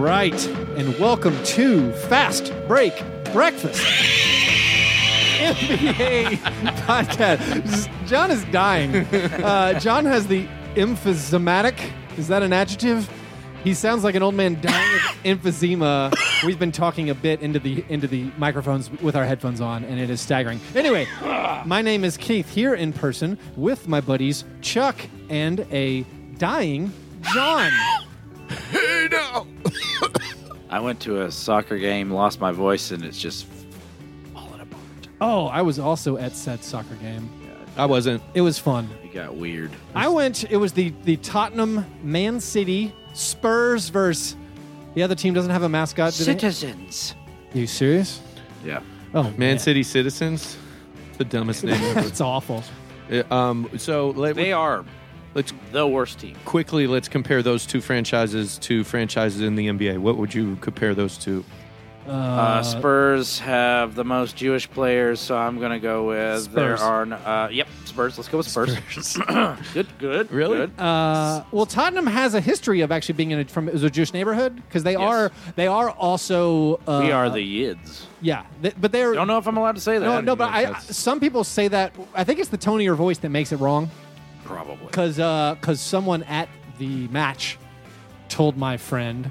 right, and welcome to Fast Break Breakfast. NBA podcast. John is dying. Uh, John has the emphysematic. Is that an adjective? He sounds like an old man dying of emphysema. We've been talking a bit into the into the microphones with our headphones on, and it is staggering. Anyway, my name is Keith here in person with my buddies Chuck and a dying John. I went to a soccer game, lost my voice, and it's just falling apart. Oh, I was also at said soccer game. I wasn't. It was fun. It got weird. I went. It was the the Tottenham Man City Spurs versus the other team doesn't have a mascot. do they? Citizens. you serious? Yeah. Oh, Man City Citizens, the dumbest name ever. That's awful. Uh, um, so let, They are let's the worst team. quickly let's compare those two franchises to franchises in the NBA. What would you compare those to? Uh, Spurs have the most Jewish players, so I'm going to go with there Spurs. are. n- Uh, yep, Spurs. Let's go with Spurs. good, good. Really? Good. Uh, well, Tottenham has a history of actually being in a, from it was a Jewish neighborhood because they are they are also uh, we are the Yids. yeah, they, but they're Don't know if I'm allowed to say that. no no but I, I- that's- some people say that I think it's the tone of your voice that makes it wrong. Probably. because because uh, someone at the match told my friend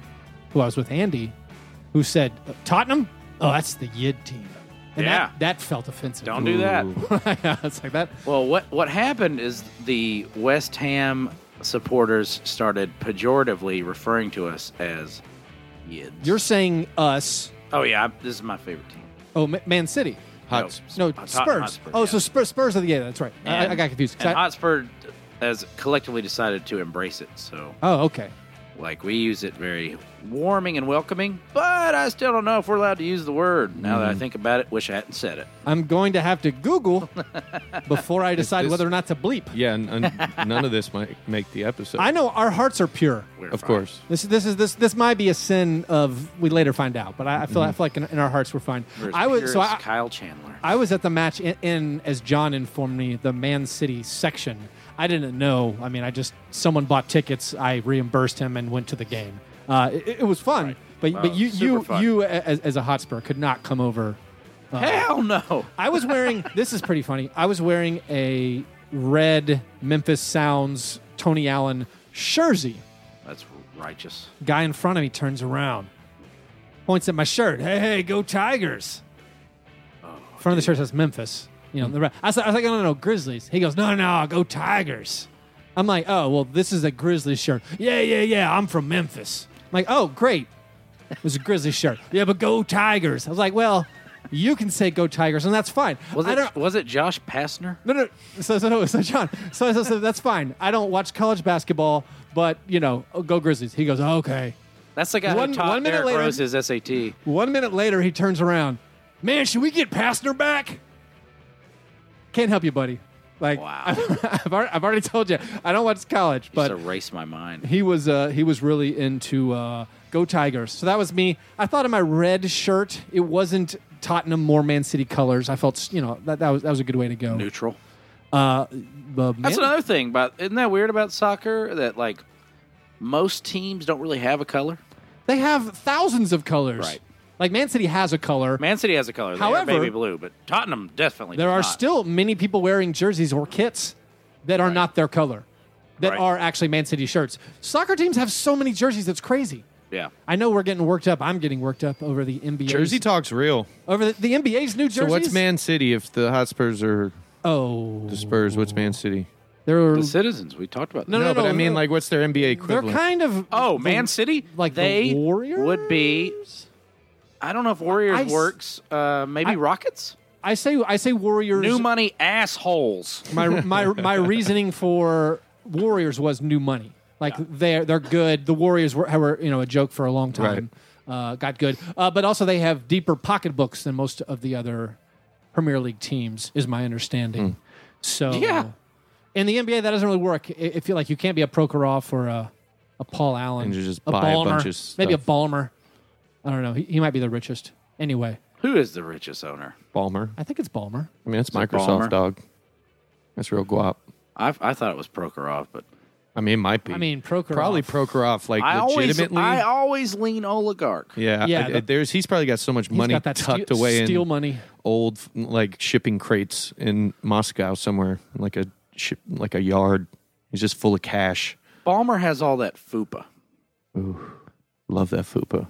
who I was with Andy, who said Tottenham. Oh, that's the Yid team. And Yeah. that, that felt offensive. Don't do that. Ooh. it's like that. Well, what what happened is the West Ham supporters started pejoratively referring to us as Yids. You're saying us. oh yeah, I- this is my favorite team. Oh, Ma- Man City. Hot. No, Tottenham Spurs. Hotspur, oh, yeah. so Spurs, Spurs are the yeah. That's right. I, And- I got confused. 'cause And I- Hotspur has collectively decided to embrace it. So, oh, okay. like, we use it very warming and welcoming, but I still don't know if we're allowed to use the word. Now Mm-hmm. that I think about it, wish I hadn't said it. I'm going to have to Google before I decide this- whether or not to bleep. Yeah, and, and none of this might make the episode. I know our hearts are pure. We're of fine. course. This this is this this might be a sin of we later find out, but I, I feel I feel like in, in our hearts we're fine. Mm-hmm. We're as I was pure so as I, Kyle Chandler. I was at the match in, in as John informed me the Man City section. I didn't know. I mean, I just someone bought tickets. I reimbursed him and went to the game. Uh, it, it was fun, but Wow, but you super you fun. you a- as, as a Hotspur could not come over. Hell no. I was wearing this is pretty funny. I was wearing a red Memphis Sounds Tony Allen jersey. That's righteous. Guy in front of me turns around, points at my shirt. Hey, hey, go Tigers! front of the shirt says Memphis. You Hmm. know, the re- I, was, I was like, no, no, no, Grizzlies. He goes, no, no, go Tigers. I'm like, oh, well, this is a Grizzlies shirt. Yeah, yeah, yeah. I'm from Memphis. I'm like, oh, great. It was a Grizzlies shirt. Yeah, but go Tigers. I was like, well, you can say go Tigers, and that's fine. Was I don't- it, was it Josh Pastner? no, no. So, so, so John. So, so, so that's fine. I don't watch college basketball, but you know, oh, go Grizzlies. He goes, oh, okay. That's the guy One- who taught one minute Derrick later- Rose his SAT. One minute later, he turns around. Man, should we get Pastner back? Can't help you, buddy. Like Wow. I've, already, I've already told you, I don't watch college, But, but Just erase my mind. he was uh, he was really into uh, go Tigers. So that was me. I thought in my red shirt, it wasn't Tottenham or Man City colors. I felt you know that, that was that was a good way to go. Neutral. Uh, but That's Man- another thing, but isn't that weird about soccer that like most teams don't really have a color? They have thousands of colors. Right. Like Man City has a color. Man City has a color. They However- are baby blue, but Tottenham definitely. there does are not. still many people wearing jerseys or kits that are not their color, that Right. are actually Man City shirts. Soccer teams have so many jerseys, it's crazy. yeah. I know we're getting worked up. I'm getting worked up over the NBA. Jersey talk's real. over the, the NBA's new jerseys. So what's Man City if the Hotspurs are Oh, the Spurs? What's Man City? they're The citizens we talked about. No, No, no, but no, I no. mean, like, what's their NBA they're equivalent? kind of Oh, the- Man City, like they the Warriors would be. I don't know if Warriors I s- works. Uh, maybe I- Rockets. I say I say Warriors. New money assholes. my my my reasoning for Warriors was new money. Like they're they're good. The Warriors were, were you know a joke for a long time. Uh, got good, uh, but also they have deeper pocketbooks than most of the other Premier League teams, is my understanding. Hmm. So Yeah. in the NBA that doesn't really work. I, I feel like you can't be a Prokhorov or a, a Paul Allen, And you just a buy a Ballmer, bunch of maybe a stuff. Balmer. I don't know. He, he might be the richest. Anyway, Who is the richest owner? Ballmer. I think it's Balmer. I mean, that's it Microsoft, Ballmer? dog. That's real guap. I, I thought it was Prokhorov, but I mean, it might be. I mean, Prokhorov. probably Prokhorov, like I always, legitimately. I always lean oligarch. yeah, Yeah, I- the- there's he's probably got so much He's money got that tucked steel, away steel in money. old like shipping crates in Moscow somewhere, like a ship, like a yard. He's just full of cash. Balmer has all that fupa. Love that fupa.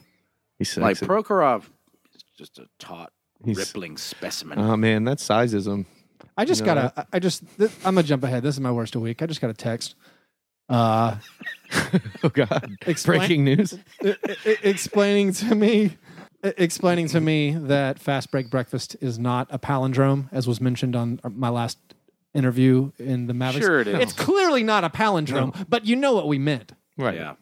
He's sexy. Like Prokhorov is just a taut, He's- rippling specimen. oh man, that sizism. I just You know gotta. I I just. Th- I'm gonna jump ahead. This is my worst of week. I just got a text. Uh, Oh god, Explain- breaking news. e- e- explaining to me, e- explaining to me that fast break breakfast is not a palindrome, as was mentioned on uh, my last interview in the Mavericks. Sure it is. It's clearly not a palindrome, but you know what we meant. Right. Yeah.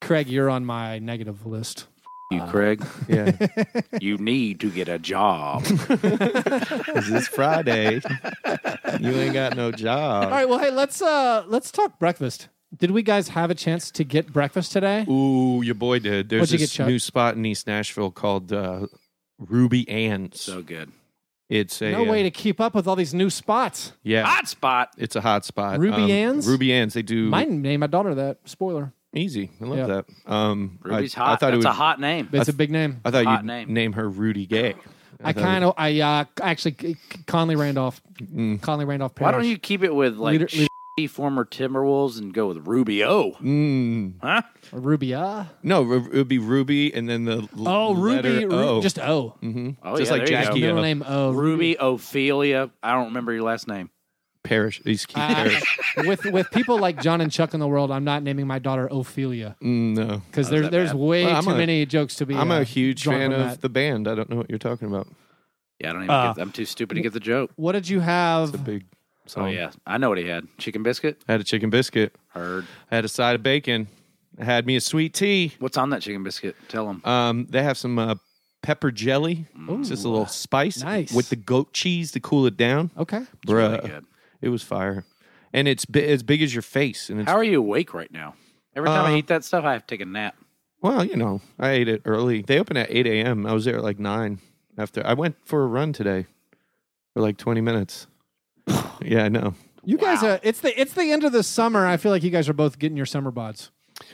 Craig, you're on my negative list. You, Craig, yeah. you need to get a job. Cause it's Friday. you ain't got no All job. right, well, hey, let's uh let's talk breakfast. Did we guys have a chance to get breakfast today? Ooh, your boy did. There's What'd you this get, Chuck? new spot in East Nashville called uh, Ruby Ann's. so good. it's a No uh, way to keep up with all these new spots. yeah. Hot spot. It's a hot spot. Ruby um, Ann's? Ruby Ann's. They do My name, my daughter that. Spoiler. easy. I love Yeah. that. Um, I- Ruby's I, hot. thought That's it was a hot name. It's a big name. I thought hot you'd name. name her Rudy Gay. I kind of, I uh, actually, C- C- Conley Randolph, Mm. Conley Randolph. Why don't Parrish. you keep it with like Leader- leader- shitty former Timberwolves and go with Rubio? Mm, Huh? Rubia? no, Ru- it would be Ruby and then the l- Oh, Ruby, letter Ru- O. just O. Mhm. Oh, just yeah, like there you go. Jackie Middle O. name O. Ruby Ophelia. I don't remember your last name. Parrish. He's Keith Uh, Parrish. with with people like John and Chuck in the world, I'm not naming my daughter Ophelia Mm, no. because there's that there's bad? way Well, I'm too a- many jokes to be. I'm uh, a huge drawn fan from of that. the band. I don't know what you're talking about. Yeah, I don't even. Uh, get, I'm too stupid to get the joke. What did you It's a have? big Oh song. yeah, I know what he had. Chicken biscuit. I had a chicken biscuit. Heard. I had a side of bacon. I had me a sweet tea. What's on that chicken biscuit? Tell him. Um, they have some uh, pepper jelly. It's just a little spice nice. with the goat cheese to cool it down. Okay. Bruh, really good. it was fire, and it's bi- as big as your face. And it's How are you awake right now? Every time I Uh, eat that stuff, I have to take a nap. well, you know, I ate it early. They open at eight a.m. I was there at like nine. After I went for a run today for like twenty minutes. yeah, I know. You guys, are, it's the it's the end of the summer. I feel like you guys are both getting your summer bods.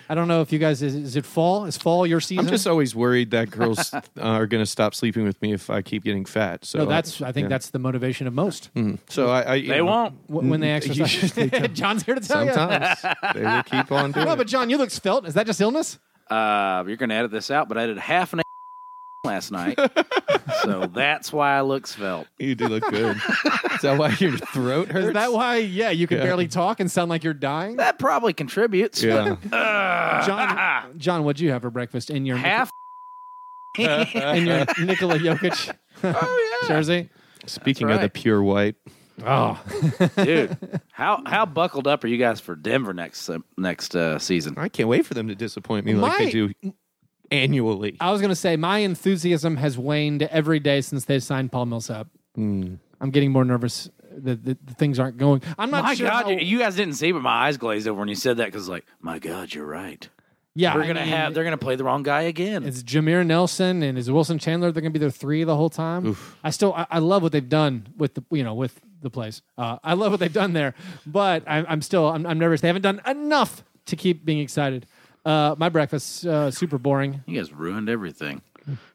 I don't know if you guys is, is it fall? Is fall your season? I'm just always worried that girls uh, are going to stop sleeping with me if I keep getting fat. So no, that's I think yeah. Hmm. that's the motivation of most so. I, I you They know, won't. wh- when they exercise. usually John's here to tell you. Sometimes they will keep on doing. No, it. but John, you look svelte. Is that just illness? Uh, you're going to edit this out, but I did half an last night, so that's why I look svelte. You do look good. Is that why your throat hurts? Is that why? Yeah, you can Yeah. barely talk and sound like you're dying. That probably contributes. Yeah. Ah, John, John, what'd you have for breakfast in your half. in your Nikola Jokic oh yeah, jersey? Speaking That's of the right. pure white, Oh, dude. How how buckled up are you guys for Denver next uh, next uh, season? I can't wait for them to disappoint me like My- they do annually. I was gonna say my enthusiasm has waned every day since they signed Paul Millsap. I'm getting more nervous that the, the things aren't going. I'm not My sure. God, how- you, you guys didn't see, but my eyes glazed over when you said that because, like, my God, you're right. yeah, We're I gonna mean, have they're gonna play the wrong guy again. It's Jameer Nelson and is Wilson Chandler. They're gonna be their three the whole time. I still I, I love what they've done with the you know with the place. Uh, I love what they've done there, but I'm, I'm still I'm, I'm nervous. They haven't done enough to keep being excited. Uh, my breakfast uh, super boring. You guys ruined everything. I'm-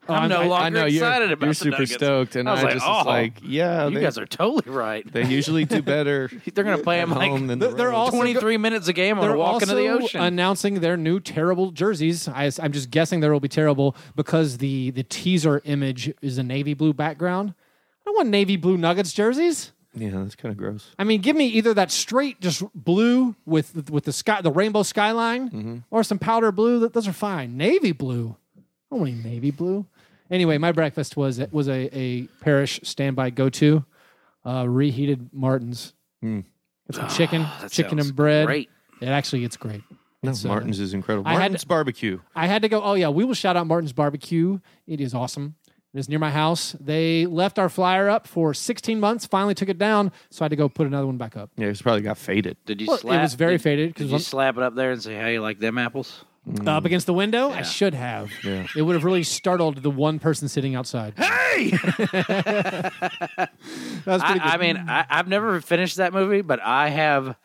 I'm no Oh, I- I longer know you're- excited about you're the super Nuggets. stoked, and I was I like, just oh, was like, yeah, you they, guys are totally right. they usually do better. They're gonna play him at home like than the They're road. also- twenty three minutes a game on They're a walk into the also ocean. announcing their new terrible jerseys. I, am just guessing there will be terrible because the the teaser image is a navy blue background. I don't want navy blue Nuggets jerseys. Yeah, that's kind of gross. I mean, give me either that straight, just blue with with the sky, the rainbow skyline, Mm-hmm. or some powder blue. Th- Those are fine. Navy blue. I don't want any navy blue. Anyway, my breakfast was was a a parish standby go to, uh, reheated Martins. It's some chicken, Hmm. That chicken sounds and bread. Great. It actually, it's great. No, uh, Martin's is incredible. I had- Martin's barbecue. I had to go. Oh yeah, we will shout out Martin's Barbecue. It is awesome. It is near my house. They left our flyer up for 16 months. Finally took it down, so I had to go put another one back up. Yeah, it's probably got faded. Did you Well, slap? it was very did, faded Did because you slap it up there and say, "Hey, you like them apples?" up against the window? I Mm. Yeah. should have. Yeah. It would have really startled the one person sitting outside. Hey, That's I, I mean, I, I've never finished that movie, but I have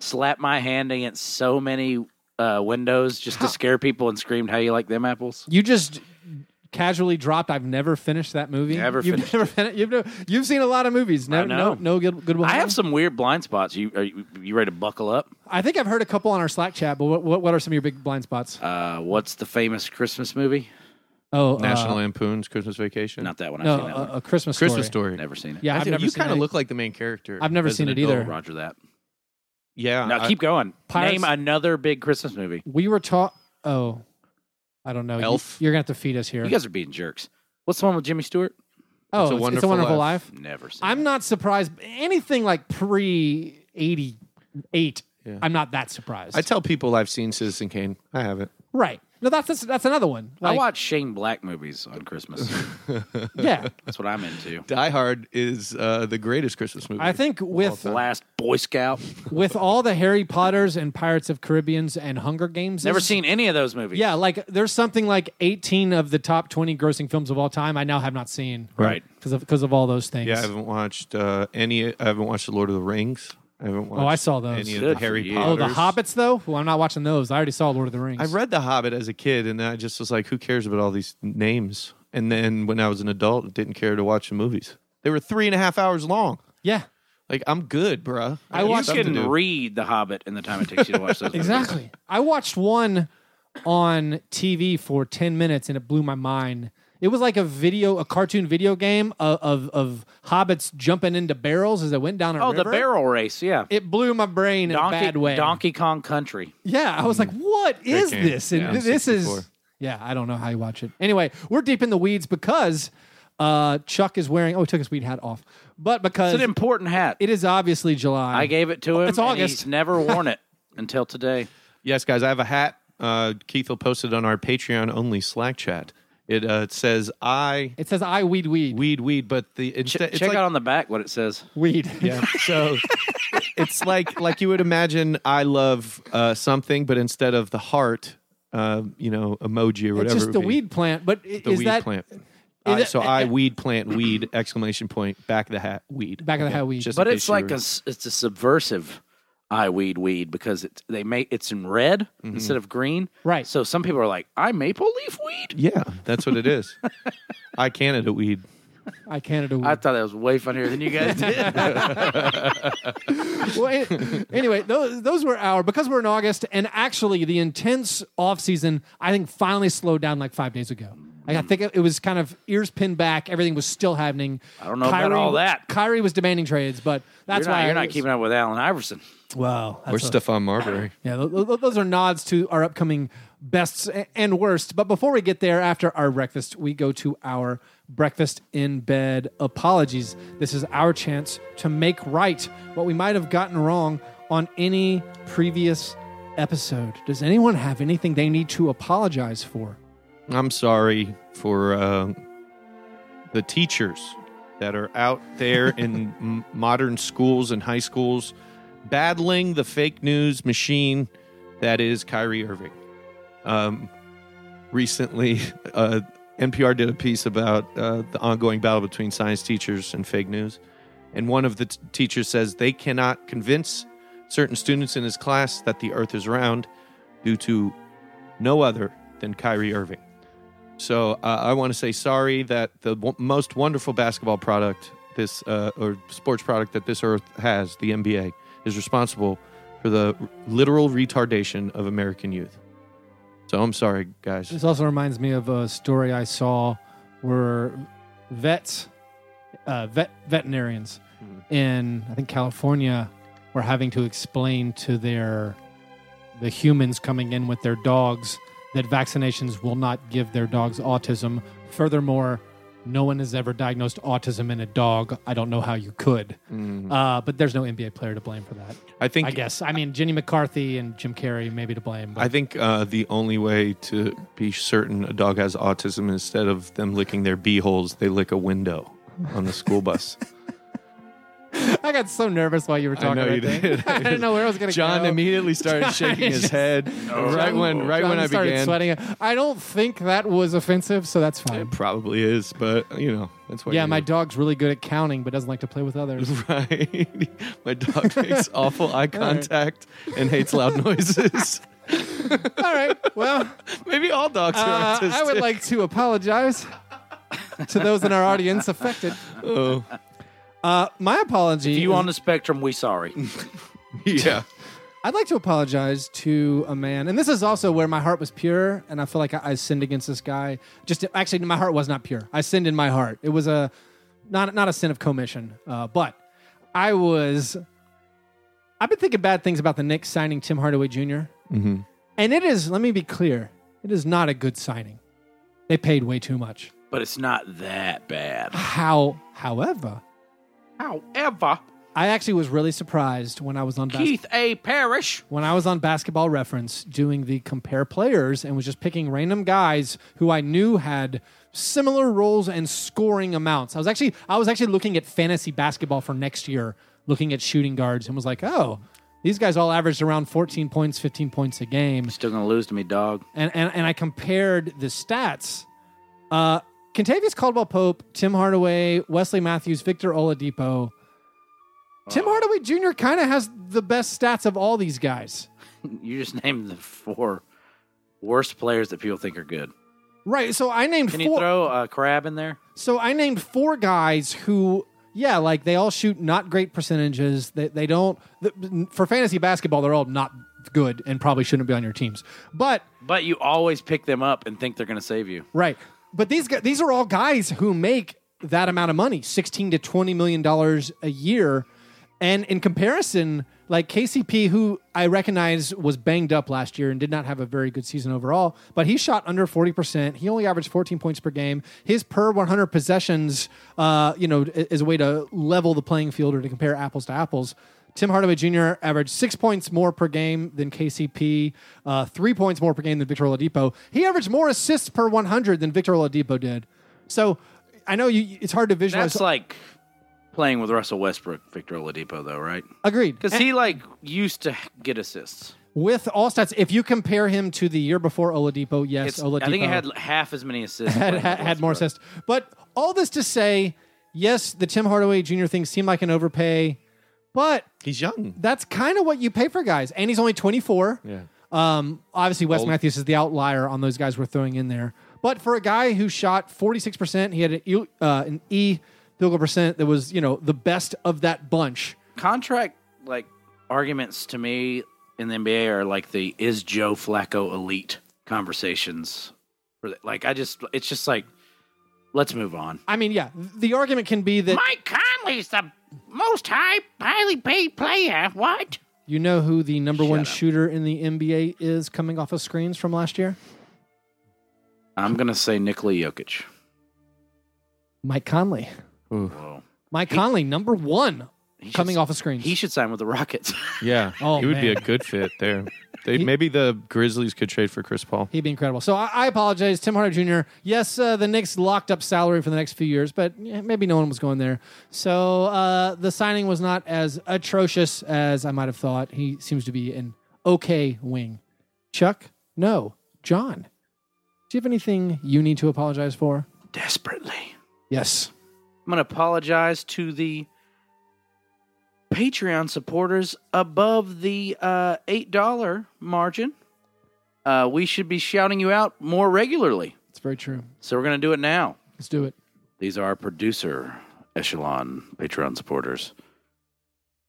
slapped my hand against so many uh, windows just to scare people and screamed, "How you like them apples?" You just casually dropped. I've never finished that movie. Never you've finished never fin- You've, no, you've seen a lot of movies. No, I no, know. no. Good, Goodwill. I have Hunting? some weird blind spots. You are you, you ready to buckle up? I think I've heard a couple on our Slack chat. But what, what, what are some of your big blind spots? Uh, what's the famous Christmas movie? Oh, National Uh, Lampoon's Christmas Vacation. Not that one. I've no, seen that one. a, a Christmas Christmas story. Story. Never seen it. Yeah, I I've think never you seen kind it. of look like the main character. I've never as seen an it either. Oh, adult. Roger that. Yeah. Now I- keep going. Pirates- Name another big Christmas movie. We were taught. Oh, I don't know. You- Elf? You're gonna have to feed us here. You guys are being jerks. What's the one with Jimmy Stewart? oh, it's, it's It's a a Wonderful wonderful life. Life. Never seen. I'm not surprised. Anything like pre eighty eight, Yeah. I'm not that surprised. I tell people I've seen Citizen Kane. I haven't. right? No, that's that's, that's another one. I Like, watch Shane Black movies on Christmas. yeah, That's what I'm into. Die Hard is uh, the greatest Christmas movie. I think with Last Boy Scout. with all the Harry Potters and Pirates of Caribbean's and Hunger Games, Never seen any of those movies. Yeah, like there's something like 18 of the top 20 grossing films of all time. I now have not seen Right. because of because of all those things. Yeah, I haven't watched uh, any. I haven't watched The Lord of the Rings. I haven't watched. Oh, I saw those. Any of Good the for Harry you. Potter. oh, the Hobbits though. Well, I'm not watching those. I already saw Lord of the Rings. I read The Hobbit as a kid, and I just was like, "Who cares about all these names?" And then when I was an adult, didn't care to watch the movies. They were three and a half hours long. Yeah, Like I'm good, bruh. I got watched- you stuff to can do. read The Hobbit in the time it takes you to watch those. exactly. I watched one on TV for 10 minutes and it blew my mind. It was like a video, a cartoon video game of of, of hobbits jumping into barrels as they went down a Oh, river. the barrel race. Yeah. It blew my brain in Donkey, a bad way. Donkey Kong Country. Yeah, I was like, "What is Hmm. game. this?" And Yeah. th- this is 64. yeah, I don't know how you watch it. Anyway, we're deep in the weeds because uh, Chuck is wearing oh, he took his weed hat off, but because It's an important hat. it is obviously July. I gave it to him. It's and August. He's never worn it until today. Yes, guys, I have a hat. Uh, Keith will post it on our Patreon only Slack chat. It uh, says I it says I weed weed weed weed, but the Ch- instead it's check like, out on the back what it says. weed. yeah. So it's like like you would imagine I love uh, something, but instead of the heart, uh, you know, emoji or it's whatever, just it the would be, weed plant, but i- the is weed that plant. I, that- so I weed plant weed exclamation point back of the hat weed back of the hat weed? Just But in it's case you like were- a s- it's a subversive I weed weed because it they make it's in red instead of green. Right. So some people are like, I maple leaf weed. yeah, that's what it is. I Canada weed. I Canada weed. I thought that was way funnier than you guys did. well, an- anyway, those, those were our because we're in August, and actually the intense off season, I think finally slowed down like five days ago. Like, Hmm. I think it it was kind of ears pinned back. Everything was still happening. I don't know about all that. Kyrie was demanding trades, but that's you're not, why you're not keeping up with Allen Iverson. Wow, Or Stefan Marbury. yeah, tho- tho- those are nods to our upcoming bests a- and worst. But before we get there, after our breakfast, we go to our breakfast in bed apologies. This is our chance to make right what we might have gotten wrong on any previous episode. Does anyone have anything they need to apologize for? I'm sorry for uh, the teachers that are out there in m- modern schools and high schools battling the fake news machine that is Kyrie Irving. Um, recently, uh, NPR did a piece about uh, the ongoing battle between science teachers and fake news. And one of the t- teachers says they cannot convince certain students in his class that the earth is round due to no other than Kyrie Irving. So uh, I want to say sorry that the w- most wonderful basketball product this uh, or sports product that this earth has, the NBA, is responsible for the r- literal retardation of American youth. So I'm sorry, guys. This also reminds me of a story I saw where vets, uh, vet veterinarians in I think California were having to explain to their the humans coming in with their dogs that vaccinations will not give their dogs autism. Furthermore, no one has ever diagnosed autism in a dog. I don't know how you could, Hmm. uh, but there's no NBA player to blame for that. Mm-hmm. I think I guess. I mean, Jenny McCarthy and Jim Carrey maybe to blame. But I think uh, the only way to be certain a dog has autism instead of them licking their bee holes, they lick a window on the school bus. I got so nervous while you were talking. know about you that. did. I didn't know where I was going to John go. immediately started shaking his just- head right when right John when I started began. sweating. I don't think that was offensive, so that's fine. It probably is, but you know that's why. yeah, you my do. dog's really good at counting, but doesn't like to play with others. right. my dog makes awful eye contact and hates loud noises. All right. Well, Maybe all dogs are uh, autistic. I would like to apologize to those in our audience affected. Oh, Uh, my apology. You is- on the spectrum? We sorry. yeah. I'd like to apologize to a man, and this is also where my heart was pure, and I feel like I, I sinned against this guy. Just actually, my heart was not pure. I sinned in my heart. It was a not not a sin of commission, uh, but I was. I've been thinking bad things about the Knicks signing Tim Hardaway junior Mhm. and it is. Let me be clear: it is not a good signing. They paid way too much. but it's not that bad. How, however, However, I actually was really surprised when I was on basketball. Keith A. Parrish. when I was on Basketball Reference doing the compare players and was just picking random guys who I knew had similar roles and scoring amounts. I was actually I was actually looking at fantasy basketball for next year, looking at shooting guards and was like, "Oh, these guys all averaged around 14 points, 15 points a game." Still gonna lose to me, dog. and and, and I compared the stats. Uh, Contavious Caldwell Pope, Tim Hardaway, Wesley Matthews, Victor Oladipo. Tim Hardaway Jr. kind of has the best stats of all these guys. You just named the four worst players that people think are good. Right. So I named Can you four. throw a crab in there? so I named four guys who, yeah, like they all shoot not great percentages. They they don't the, for fantasy basketball. They're all not good and probably shouldn't be on your teams. But But you always pick them up and think they're gonna save you. right. But these gu- these are all guys who make that amount of money, sixteen to twenty million dollars a year. And in comparison, like KCP, who I recognize was banged up last year and did not have a very good season overall, but he shot under 40%. He only averaged 14 points per game. His per 100 possessions, uh, you know, i- is a way to level the playing field or to compare apples to apples. Tim Hardaway Jr. averaged six points more per game than KCP, uh, three points more per game than Victor Oladipo. He averaged more assists per 100 than Victor Oladipo did. So I know you, it's hard to visualize. That's like playing with Russell Westbrook, Victor Oladipo, though, right? Agreed. Because he like used to get assists. with all stats, if you compare him to the year before Oladipo, yes, It's, Oladipo I think he had half as many assists. had, playing had, with had more Westbrook. assists. But all this to say, yes, the Tim Hardaway Jr. thing seemed like an overpay, but He's young. that's kind of what you pay for guys. And he's only 24. Yeah. Um, obviously, Wes Old. Matthews is the outlier on those guys we're throwing in there. But for a guy who shot 46%, he had an E, uh, an e field goal percent that was, you know, the best of that bunch. Contract like arguments to me in the NBA are like the is Joe Flacco elite conversations. For the- Like I just, it's just like let's move on. I mean, yeah, the argument can be that Mike Conley's the most high, highly paid player. What? You know who the number one up. shooter in the NBA is coming off of screens from last year? I'm gonna say Nikola Jokic. Mike Conley. Whoa. Mike Conley, number one He coming should, off of screens. He should sign with the Rockets. Yeah. Oh, he would be man. a good fit there. They, maybe the Grizzlies could trade for Chris Paul. He'd be incredible. So I, I apologize, Tim Hardaway Jr. Yes, uh, the Knicks locked up salary for the next few years, but eh, maybe no one was going there. So uh, the signing was not as atrocious as I might have thought. He seems to be an okay wing. Chuck, no. John, do you have anything you need to apologize for? Desperately. Yes. I'm going to apologize to the Patreon supporters above the uh, $8 margin. Uh, we should be shouting you out more regularly. It's very true. So we're going to do it now. Let's do it. These are our producer echelon Patreon supporters.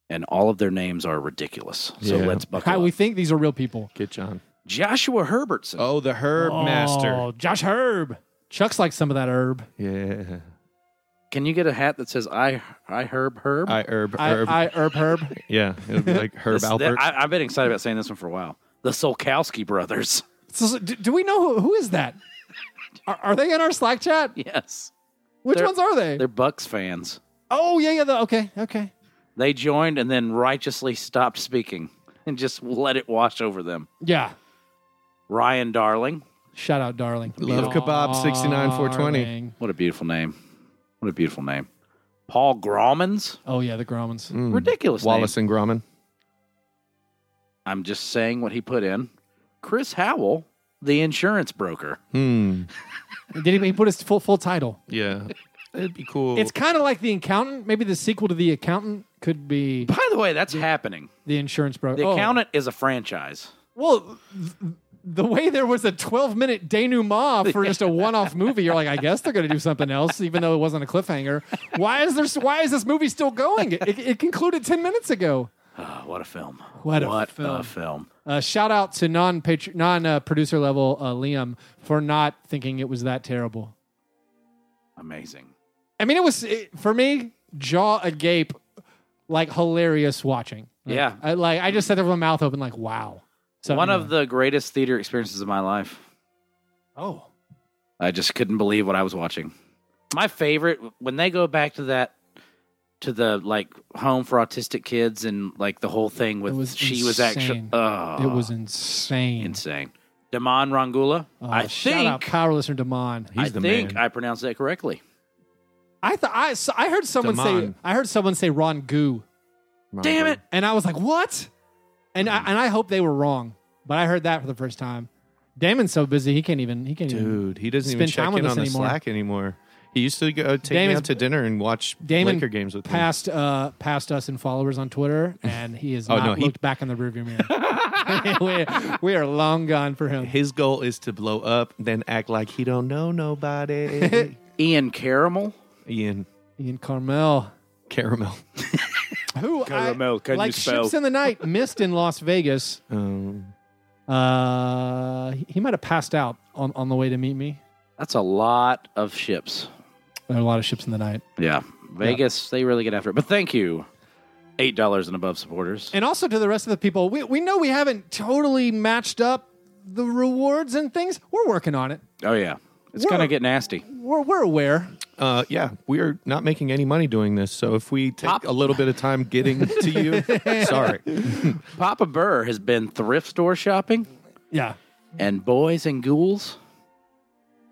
And all of their names are ridiculous. So Yeah. let's Hi, buckle we up. think these are real people. Get John. Joshua Herbertson. Oh, the herb master. Oh, Josh Herb. Chuck's like some of that herb. Yeah. Can you get a hat that says I, I Herb Herb? I herb I, herb. I herb herb. yeah. It would be like herb This- that- Albert. I, I've been excited about saying this one for a while. The Solkowski brothers. So, do, do we know who, who is that? Are, are they in our Slack chat? Yes. Which They're- ones are they? They're Bucks fans. Oh yeah, yeah. The, okay, okay. They joined and then righteously stopped speaking and just let it wash over them. Yeah. Ryan Darling. Shout out, darling. Love kebab, 69, 420. Darling. What a beautiful name. What a beautiful name. Paul Grauman's. Oh yeah, the Grommans. Mm. Ridiculous. name. Wallace and Grommen. I'm just saying what he put in. Chris Howell, the insurance broker. Hmm. Did he, he put his full full title? Yeah. It'd be cool. It's kind of like the accountant. Maybe the sequel to the accountant could be By the way, that's happening. the insurance broker. The Oh. accountant is a franchise. Well, th- the way there was a 12 minute denouement for just a one off movie, you're like, I guess they're going to do something else, even though it wasn't a cliffhanger. Why is there? Why is this movie still going? It, it concluded 10 minutes ago. Ah, what a film. What a film. film. Uh, shout out to non non uh, producer level uh, Liam for not thinking it was that terrible. Amazing. I mean, it was it, for me jaw agape, like hilarious watching. Like, Yeah. I, like I just sat there with my mouth open, like wow. So One anyway. of the greatest theater experiences of my life. oh I just couldn't believe what I was watching. My favorite when they go back to that to the like home for autistic kids and like the whole thing with It was she was actually insane. oh, it was insane. insane. Damon Rangula. Oh, I shout out think power listener Damon. He's I the think man. I pronounced that correctly. I thought I so I heard someone say Damon. I heard someone say Ron Goo, Damn it. and I was like, what? And Hmm. I and I hope they were wrong, but I heard that for the first time. Damon's so busy he can't even he can't even. Dude, he doesn't even Spend check time in with us on the anymore. Slack anymore. He used to go take me Damon's- out to dinner and watch Damon Laker games with me. Past uh past us in followers on Twitter, and he has Oh, not no, he- looked back in the rearview mirror. we, we are long gone for him. His goal is to blow up, then act like he don't know nobody. Ian Caramel. Ian Ian Carmel, Caramel. who Caramel, I, can you like spell? ships in the night missed in Las Vegas. Um, Uh, he he might have passed out on, on the way to meet me. That's a lot of ships. There are a lot of ships in the night. Yeah. Vegas, they really get after it. But thank you. Eight dollars and above supporters. And also to the rest of the people, we, we know we haven't totally matched up the rewards and things. We're working on it. Oh yeah. It's Whoa. gonna get nasty. We're, we're aware. uh, yeah, we are not making any money doing this. So if we take a little bit of time getting to you, sorry. Papa Burr has been thrift store shopping. Yeah. and boys and ghouls.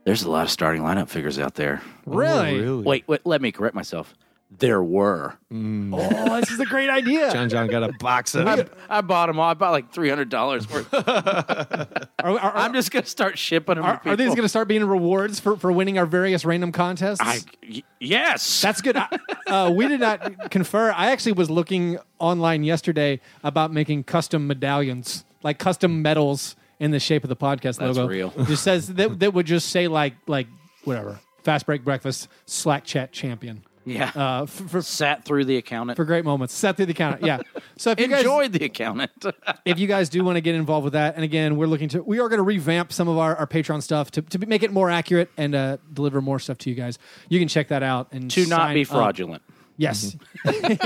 There's a lot of starting lineup figures out there. Really? Oh, really? Wait, wait, let me correct myself. There were. Oh, this is a great idea. John John got a box of. I, I bought them all. I bought like three hundred dollars worth. Are, are, I'm just gonna start shipping them. are, to are these people. going to start being rewards for, for winning our various random contests? I, y- yes. That's good. I, uh, we did not confer. I actually was looking online yesterday about making custom medallions, like custom medals in the shape of the podcast That's logo. real. Just says that that would just say like like whatever. Fast break breakfast Slack chat champion. yeah. Uh, for, for Sat through the accountant. for great moments, set through the counter. Yeah. So if you guys Enjoyed the accountant. if you guys do want to get involved with that, and again, we're looking to we are going to revamp some of our, our Patreon stuff to, to be- make it more accurate and uh, deliver more stuff to you guys. You can check that out and to not sign be up. fraudulent. Yes. Mm-hmm.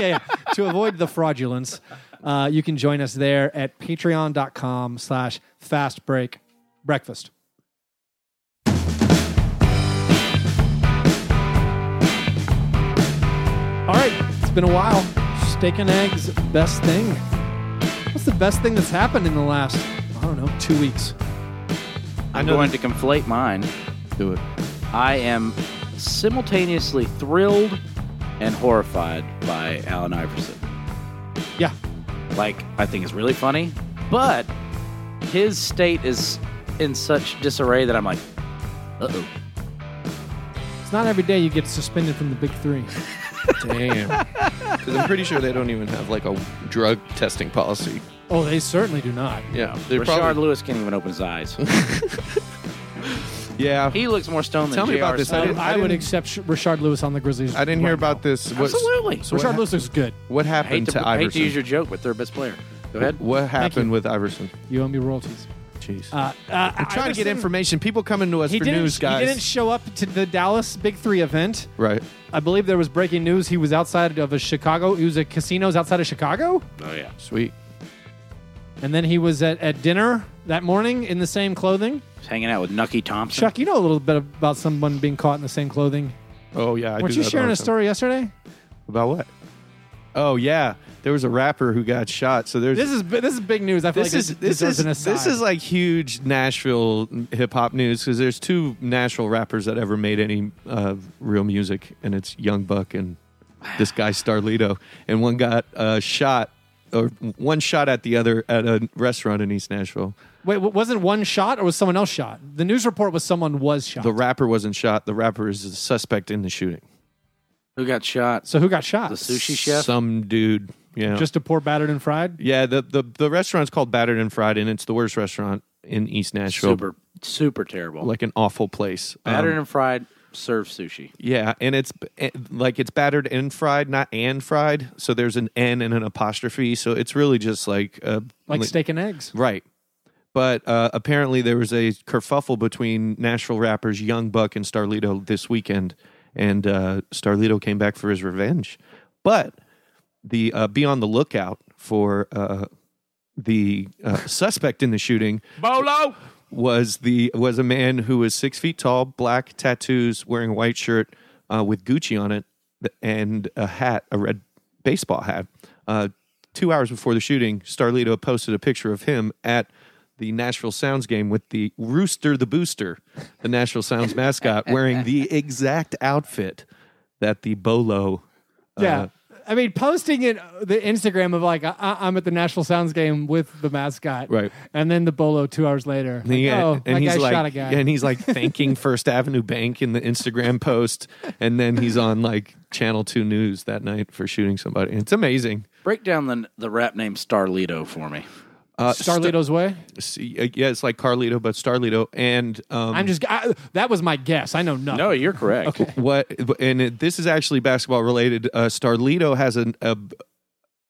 yeah, yeah. To avoid the fraudulence, uh, you can join us there at patreon.com slash fast break breakfast. All right. It's been a while. Steak and eggs, best thing. What's the best thing that's happened in the last, I don't know, two weeks? I'm know going to conflate mine. Do it. I am simultaneously thrilled and horrified by Alan Iverson. Yeah. like I think is really funny, but his state is in such disarray that I'm like, uh oh. It's not every day you get suspended from the big three. Damn. Because I'm pretty sure they don't even have like a drug testing policy. Oh, they certainly do not. Yeah. They're Richard Lewis can't even open his eyes. yeah. he looks more stoned than Tell me J.R. about this. I I, didn't- Smith. I, would didn't- accept Sh- Rashard Lewis on the Grizzlies. I didn't hear right about this. What- Absolutely. now. So what, Rashard hap- Lewis is good. what I hate happened to, to I hate to Iverson? use your joke, but they're best player. Go ahead. What happened you. with Iverson? You owe me royalties. Jeez. Uh, uh, I'm trying to get information. People coming to us He for didn't, news, guys. he didn't show up to the Dallas Big Three event. right. I believe there was breaking news. He was outside of a Chicago. He was at casinos outside of Chicago, Oh yeah. Sweet. and then he was at, at dinner that morning in the same clothing. He's hanging out with Nucky Thompson. Chuck, you know a little bit about someone being caught in the same clothing. Oh yeah. I Weren't do you that all sharing the a time. story yesterday? about what? Oh yeah. There was a rapper who got shot. So there's This is bi- this is big news. I feel this like is it this deserves is an aside. this is like huge Nashville hip hop news because there's two Nashville rappers that ever made any uh, real music, and it's Young Buck and this guy Starlito, and one got uh, shot or one shot at the other at a restaurant in East Nashville. Wait, wa- wasn't one shot or was someone else shot? The news report was someone was shot. The rapper wasn't shot. The rapper is the suspect in the shooting. Who got shot? so who got shot? The sushi chef. Some dude. Yeah. Just a poor battered and fried. yeah. The, the the restaurant's called Battered and Fried, and it's the worst restaurant in East Nashville. super, super terrible. Like an awful place. Um, Battered and fried, served sushi. Yeah, and it's eh, like it's battered and fried, not and fried. So there's an n and an apostrophe. So it's really just like uh, Like li- steak and eggs. right. But uh, apparently there was a kerfuffle between Nashville rappers Young Buck and Starlito this weekend, and uh, Starlito came back for his revenge. But the uh, be on the lookout for uh, the uh, suspect in the shooting Bolo. was the was a man who was six feet tall, black tattoos, wearing a white shirt uh, with Gucci on it, th- and a hat, a red baseball hat. Uh, two hours before the shooting, Starlito posted a picture of him at the Nashville Sounds game with the Rooster the Booster, the Nashville Sounds mascot, wearing the exact outfit that the Bolo. uh, Yeah. I mean, posting it the Instagram of like I, I- I'm at the National Sounds game with the mascot, Right. And then the bolo two hours later. Like, Yeah, oh, and that he's guy like, shot a guy. and he's like thanking First Avenue Bank in the Instagram post, and then he's on like Channel Two News that night for shooting somebody. It's amazing. Break down the the rap name Starlito for me. Uh, Starlito's way. St- uh, yeah, it's like Carlito, but Starlito, and um, I'm just I, that was my guess. I know nothing. No, you're correct. what? And it, this is actually basketball related. Uh, Starlito has an, a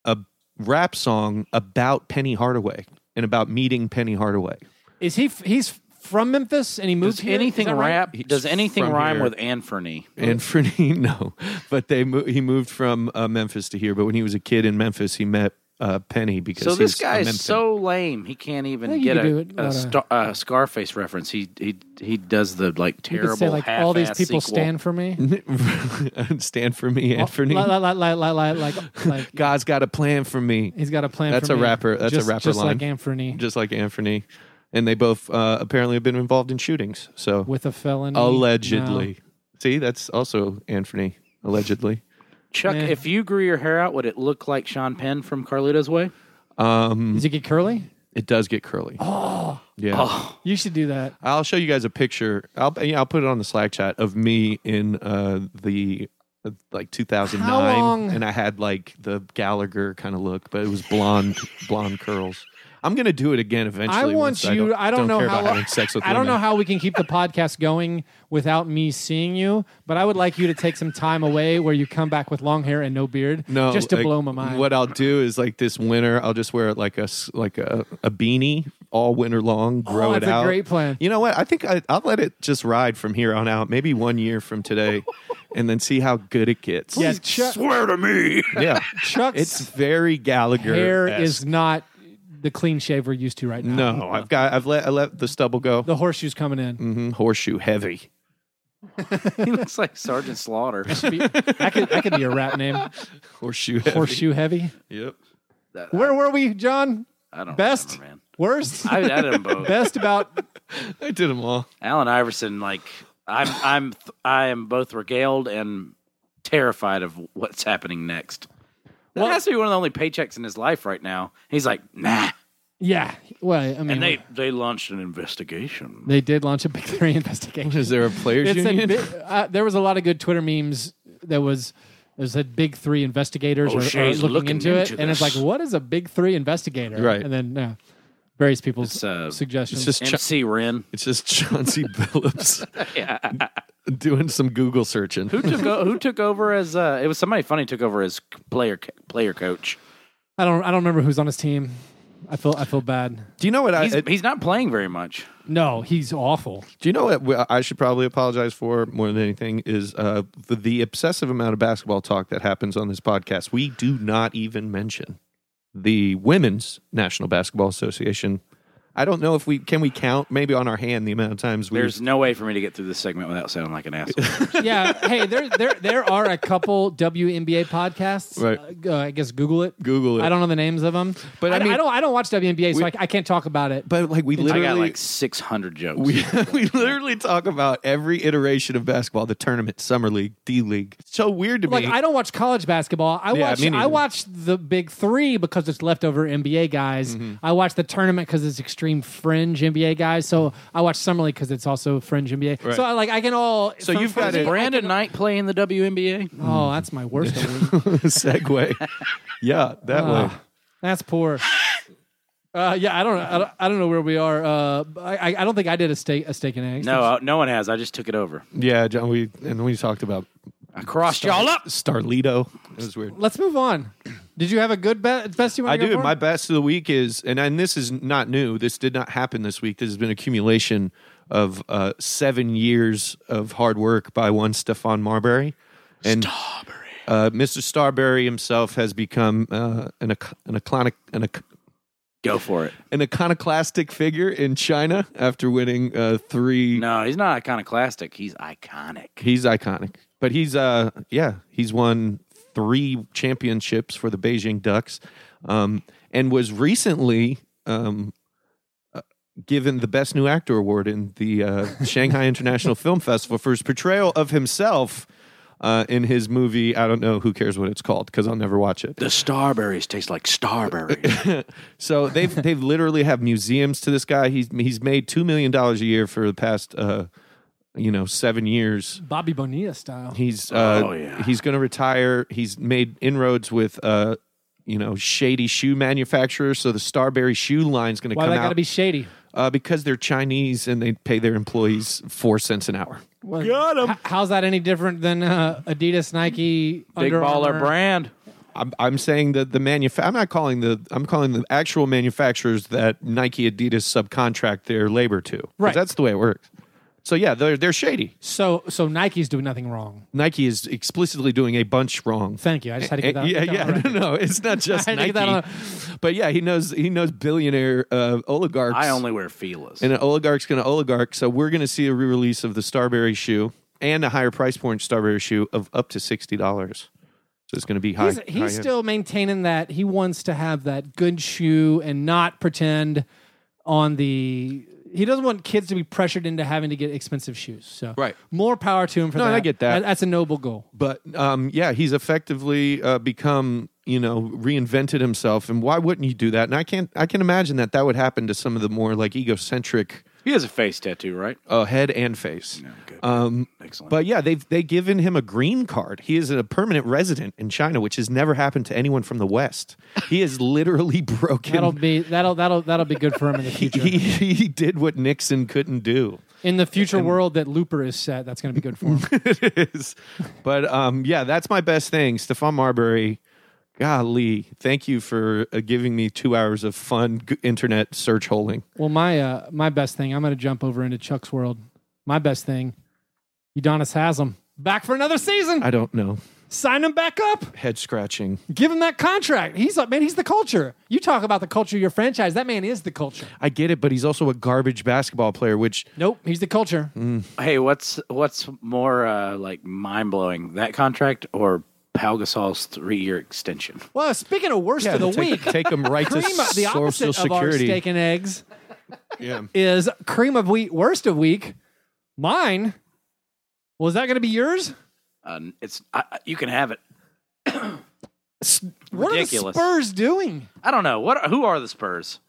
a rap song about Penny Hardaway and about meeting Penny Hardaway. Is he? f- He's from Memphis and he moved Does here? Is anything that right? rap? He's Does anything from rhyme here. with Anferny? and for no, but they mo- he moved from uh, Memphis to here. But when he was a kid in Memphis, he met uh, Penny because So this he's a guy Memphian. is so lame. He can't I even think you get could do a, it uh, a, without star, a Scarface reference. He he he does the like You could terrible. say like all these half-ass people sequel. stand for me. stand for me, Well, Anthony. Like, like, like, like, like, like, like God's got a plan for me, he's got a plan. That's for a me. rapper- that's a just, rapper just line. like Anthony just like Anthony. And they both uh, apparently have been involved in shootings. So with a felony. allegedly, No. see, that's also Anthony. Allegedly, Chuck, Yeah. if you grew your hair out, would it look like Sean Penn from Carlito's Way? um, Does it get curly? it does get curly. Oh, yeah. Oh, You should do that. I'll show you guys a picture. I'll yeah, I'll put it on the Slack chat of me in uh, the uh, like 2009, How long- and I had like the Gallagher kind of look, but it was blonde blonde curls. I'm gonna do it again eventually. I want once you. I don't, know care how. about having sex with I don't women. know how we can keep the podcast going without me seeing you. But I would like you to take some time away where you come back with long hair and no beard, No, just to like, blow my mind. What I'll do is like this winter, I'll just wear it like a s- like a, a beanie all winter long, grow Oh, that's it a out. great plan. You know what? I think I, I'll let it just ride from here on out. Maybe one year from today, and then see how good it gets. yes, Chuck, swear to me. yeah. Chuck's It's very Gallagher. hair is not the clean shave we're used to right now. no. I've got. I've let. I let the stubble go. the horseshoe's coming in. Mhm, Horseshoe heavy. he looks like Sergeant Slaughter. that, could, that could be a rap name. Horseshoe heavy. Horseshoe heavy. Yep. Where were we, John? I don't Best? remember, man. Worst. I, I did both. Best about I did them all. Allen Iverson, like I'm, I'm, th- I am both regaled and terrified of what's happening next. That has to be one of the only paychecks in his life right now. He's like, nah. yeah. Well, I mean, And they they launched an investigation. they did launch a big three investigation. Is there a players It said union? bi- uh, there was a lot of good Twitter memes. There was there said big three investigators are- are, O'Shea's looking, Oh, looking into, it, into and it's like, this. what is a big three investigator? Right. and then yeah, various people's It's, uh, suggestions. it's just. Ch- MC Wren. it's just Chauncey Billups doing some Google searching. Who took o- who took over as uh, it was somebody funny took over as player co- player coach. I don't I don't remember who's on his team. I feel I feel bad. Do you know what I? He's, I- he's not playing very much. No, he's awful. Do you know what we- I should probably apologize for more than anything is uh, the, the obsessive amount of basketball talk that happens on this podcast. We do not even mention the Women's National Basketball Association I don't know if we can we count maybe on our hand the amount of times we There's no way for me to get through this segment without sounding like an asshole. yeah. Hey, there, there, there are a couple WNBA podcasts. Right. Uh, I guess Google it. Google it. I don't know the names of them, But I I, mean- don't. I don't watch WNBA, so We- I, I can't talk about it. but like we I literally got like 600 jokes. we, we literally talk about every iteration of basketball, the tournament, summer league, D league. So weird to like me. I don't watch college basketball. I Yeah, watch me neither. I watch the Big Three because it's leftover NBA guys. Mm-hmm. I watch the tournament because it's extreme fringe NBA guys. So I watch summer league because it's also fringe NBA. Right. So I like I can all. So from- you've from- got Does it. Brandon Knight play in the WNBA? Oh, that's my worst. award. segue. yeah, that Ah, way. That's poor. Uh, yeah, I don't, I don't, I don't know where we are. Uh, I, I- I don't think I did a steak, a steak and eggs. No, uh, no one has. I just took it over. Yeah, John. We and we talked about I crossed y'all up. Starlito. It was weird. Let's move on. Did you have a good bet? Best you want I to do. My best of the week is, and, and this is not new. This did not happen this week. This has been accumulation of uh, seven years of hard work by one Stefan Marbury. And uh, Mr. Starberry himself has become uh, an, ic- an, iconic, an, ic- Go for it. an iconoclastic figure in China after winning uh, three. No, he's not iconoclastic. He's iconic. He's iconic, but he's uh yeah he's won three championships for the Beijing Ducks, um, and was recently um, uh, given the best new actor award in the uh, Shanghai International Film Festival for his portrayal of himself. Uh, in his movie, I don't know who cares what it's called because I'll never watch it. The starberries taste like starberries. So they've they've literally have museums to this guy. He's he's made two million dollars a year for the past uh, you know seven years. Bobby Bonilla style. He's uh, Oh, yeah. he's going to retire. He's made inroads with uh, you know shady shoe manufacturers. So the Starberry shoe line's going to Why come that out got to be shady? uh, because they're Chinese and they pay their employees four cents an hour. Got him. how's that any different than uh, Adidas, Nike, Big Under baller Armour? brand. I'm, I'm saying that the manuf- I'm not calling the I'm calling the actual manufacturers that Nike, Adidas subcontract their labor to. 'Cause Right. That's the way it works. So yeah, they're they're shady. So, so Nike's doing nothing wrong. Nike is explicitly doing a bunch wrong. Thank you. I just had to get Eh, that. yeah, get that yeah, on record. no, no, it's not just I had to Nike. get that But yeah, he knows he knows billionaire uh, oligarchs. I only wear Fila's. and an oligarch's going to oligarch. So we're going to see a re-release of the Starberry shoe and a higher price point Starberry shoe of up to sixty dollars. So it's going to be high. He's, high he's end. still maintaining that he wants to have that good shoe and not pretend on the. He doesn't want kids to be pressured into having to get expensive shoes. So Right. more power to him for No, that. and I get that. That's a noble goal. but um, yeah, he's effectively uh, become you know reinvented himself. And why wouldn't you do that? And I can't I can imagine that that would happen to some of the more like egocentric he has a face tattoo, right? uh, head and face. good. Um, Excellent. But yeah, they've they given him a green card. He is a permanent resident in China, which has never happened to anyone from the West. He has literally That'll broken. be that'll that'll that'll be good for him in the future. He, he did what Nixon couldn't do. in the future world that Looper is set, that's going to be good for him. It is. But um, yeah, that's my best thing, Stefan Marbury. Golly, thank you for uh, giving me two hours of fun g- internet search holing. well, my uh, my best thing. I'm going to jump over into Chuck's world. My best thing. Udonis Haslam back for another season. I don't know Sign him back up. head scratching. Give him that contract. He's like, man, he's the culture. You talk about the culture of your franchise. That man is the culture. I get it, but he's also a garbage basketball player, which Nope, he's the culture. Hey, what's what's more uh, like mind blowing that contract or Pau Gasol's three year extension? Well, speaking of worst of the take, week, take him right to cream of, the social opposite of our security. steak and eggs yeah. is cream of wheat worst of week. Mine was that going to be yours? Uh, it's I, I- you can have it. What Ridiculous. are the Spurs doing? I don't know what are- who are the Spurs.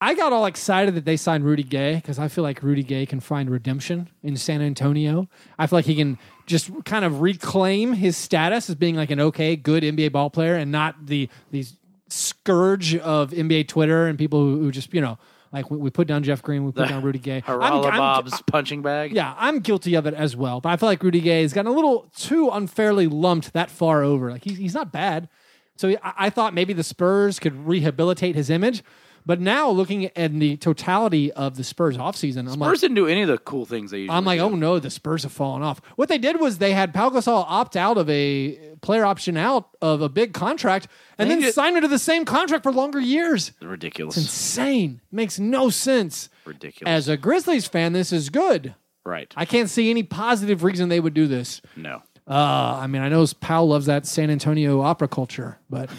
I got all excited that they signed Rudy Gay because I feel like Rudy Gay can find redemption in San Antonio. I feel like he can just kind of reclaim his status as being like an okay, good NBA ball player and not the these scourge of NBA Twitter and people who, who just you know like we, we put down Jeff Green, we put down Rudy Gay. I'm- Harala I'm- Bob's punching bag. yeah, I'm guilty of it as well. But I feel like Rudy Gay has gotten a little too unfairly lumped that far over. Like he's he's not bad. So I, I thought maybe the Spurs could rehabilitate his image, But now looking at the totality of the Spurs offseason, I'm like, Spurs didn't do any of the cool things they usually I'm like, do. oh no, the Spurs have fallen off. What they did was they had Pau Gasol opt out of a player option out of a big contract, and They then did- sign her to the same contract for longer years. ridiculous. Insane. Makes no sense. Ridiculous. As a Grizzlies fan, this is good. right. I can't see any positive reason they would do this. no. Uh, I mean, I know Powell loves that San Antonio opera culture, but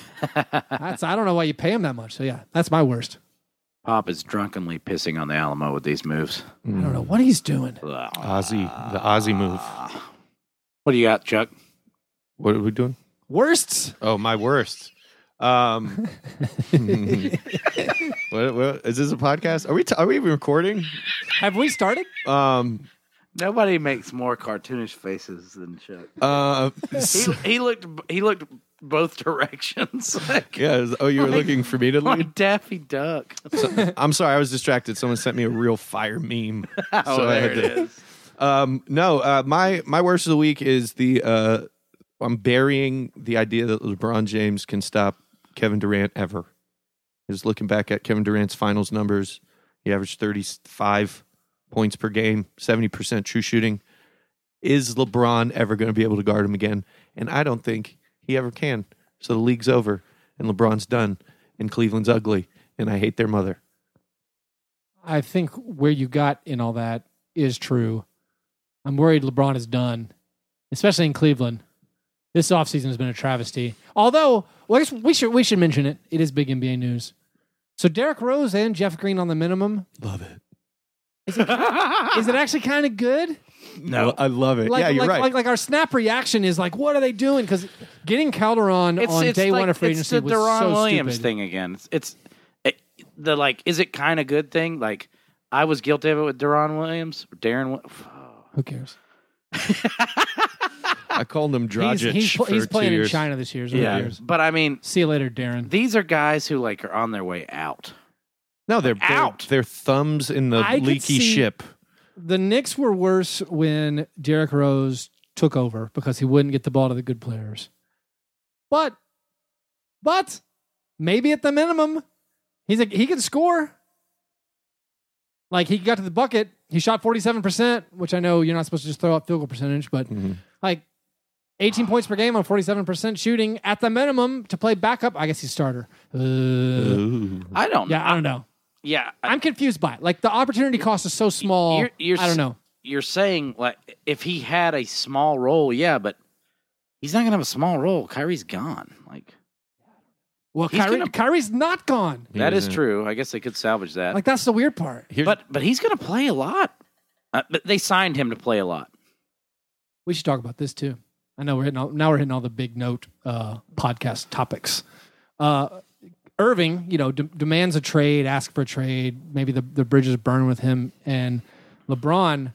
that's I don't know why you pay him that much. So yeah, that's my worst. Pop is drunkenly pissing on the Alamo with these moves. I don't know what he's doing. Ugh. Ozzy, the Ozzy move. What do you got, Chuck? What are we doing? Worsts. Oh, my worst. Um, what, what, is this a podcast? Are we t- are we even recording? Have we started? Um, Nobody makes more cartoonish faces than Chuck. uh, He, he looked. He looked both directions. Like, yeah. Oh, you were looking for me to lead. like Daffy Duck. I'm sorry, I was distracted. Someone sent me a real fire meme. Oh, So I there had it to- is. Um, no, uh, my my worst of the week is the uh, I'm burying the idea that LeBron James can stop Kevin Durant ever. Is looking back at Kevin Durant's finals numbers, he averaged 35 points per game, 70 percent true shooting. Is LeBron ever going to be able to guard him again? And I don't think he ever can. So the league's over, and LeBron's done, and Cleveland's ugly, and I hate their mother. I think where you got in all that is true. I'm worried LeBron is done, especially in Cleveland. This offseason has been a travesty. Although, well, I guess we should we should mention it. It is big NBA news. So Derek Rose and Jeff Green on the minimum. Love it. Is it actually kind of good? No. I love it. Like, yeah, you're like, right. like like our snap reaction is like, what are they doing? Because getting Calderon It's, on it's day like, one of free it's agency the was Deron so Williams stupid. thing again. It's, it's it, the like. Is it kind of good thing? Like I was guilty of it with Deron Williams, Darren. Wi- Who cares? I called him He's, Dragic he's, pl- for he's two playing in years. China this year. is what it Yeah, is. but I mean, See you later, Darren. these are guys who like are on their way out. No, they're they're- Out. Their thumbs in the I could leaky see- ship. the Knicks were worse when Derrick Rose took over because he wouldn't get the ball to the good players. But, but maybe at the minimum, he's a, he can score. Like he got to the bucket, he shot forty seven percent, which I know you're not supposed to just throw out field goal percentage, but like eighteen points per game on forty seven percent shooting at the minimum to play backup. I guess he's starter. Uh, Ooh. I don't. yeah, I don't know. yeah. I- I'm confused by it. Like the opportunity cost is so small. You're- you're I s- don't know. you're saying like if he had a small role, yeah, but he's not gonna have a small role. Kyrie's gone. Like Well, He's Kyrie, gonna- Kyrie's not gone. He that is isn't. true. I guess they could salvage that. Like that's the weird part. Here's, but but he's gonna play a lot. Uh, but they signed him to play a lot. We should talk about this too. I know we're hitting all, now we're hitting all the big note uh, podcast topics. Uh, Irving, you know, de- demands a trade, asks for a trade. Maybe the the bridge is burned with him and LeBron.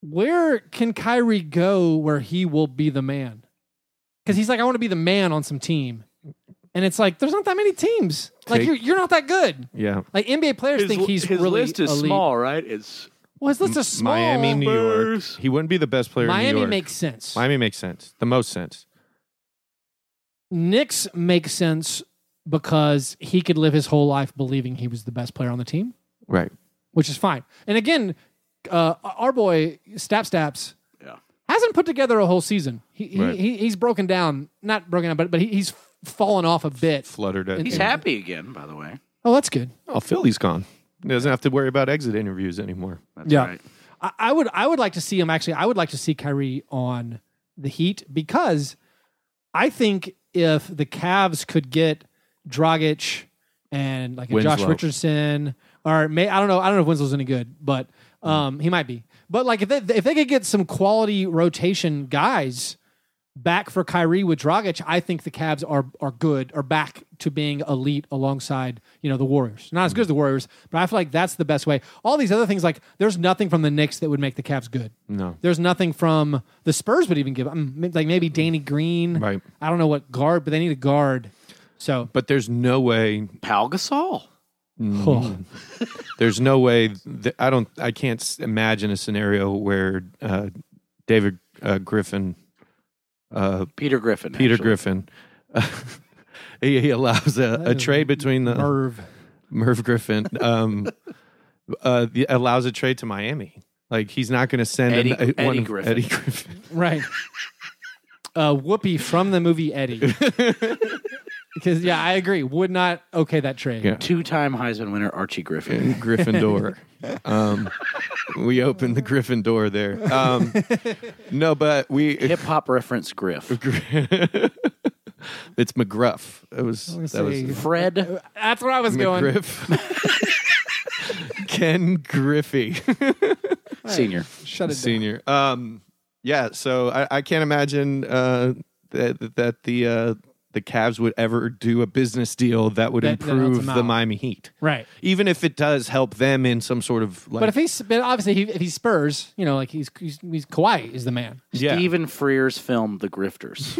Where can Kyrie go where he will be the man? Because he's like, I want to be the man on some team, and it's like there's not that many teams. Like Take- you're, you're not that good. yeah, Like NBA players think he's really elite. right? It's Well, his list is small. Miami, New York. Spurs. He wouldn't be the best player. in New Miami York. makes sense. Miami makes sense. The most sense. Knicks makes sense because he could live his whole life believing he was the best player on the team, Right. which is fine. And again, uh, our boy Stap Staps Yeah. hasn't put together a whole season. He, he- Right. he, he's broken down, not broken down, but but he, he's fallen off a bit. Fluttered. At, he's happy again, by the way. Oh, that's good. oh, Philly's gone. He doesn't have to worry about exit interviews anymore. That's Yeah. right. I, I would I would like to see him actually. I would like to see Kyrie on the Heat because I think if the Cavs could get Dragic and like a Josh Winslow. Richardson or may I don't know I don't know if Winslow's any good, but um, he might be. But like if they if they could get some quality rotation guys back for Kyrie with Dragic, I think the Cavs are are good are back to being elite alongside, you know, the Warriors. Not as good as the Warriors, but I feel like that's the best way. All these other things like there's nothing from the Knicks that would make the Cavs good. No. There's nothing from the Spurs would even give um, like maybe Danny Green. Right. I don't know what guard, but they need a guard. So But there's no way. Pal Gasol. Mm. oh, There's no way. That, I don't. I can't s- imagine a scenario where uh, David uh, Griffin uh, Peter Griffin. Peter actually. Griffin. he, he allows a, a is trade between the Merv. Merv Griffin, um, uh, the, allows a trade to Miami. Like he's not going to send Eddie- an- Eddie one of- Griffin. Eddie Griffin. Right. Uh, Whoopi from the movie Eddie. because yeah, I agree. Would not okay that trade. Yeah. Two-time Heisman winner Archie Griffin. Gryffindor. um, we opened the Gryffindor there. Um, no, but we. Hip hop reference Griff. it's McGruff. It was Let's that see. was Fred. That's where I was going. McGriff. Ken Griffey. Senior. Shut it down. senior. Um, yeah, so I, I can't imagine uh, that that the uh, the Cavs would ever do a business deal that would That- that helps them improve the out. Miami Heat, Right. even if it does help them in some sort of like. But if he's but obviously he, if he Spurs, you know, like he's he's, he's Kawhi is the man. yeah, Stephen Frears film The Grifters.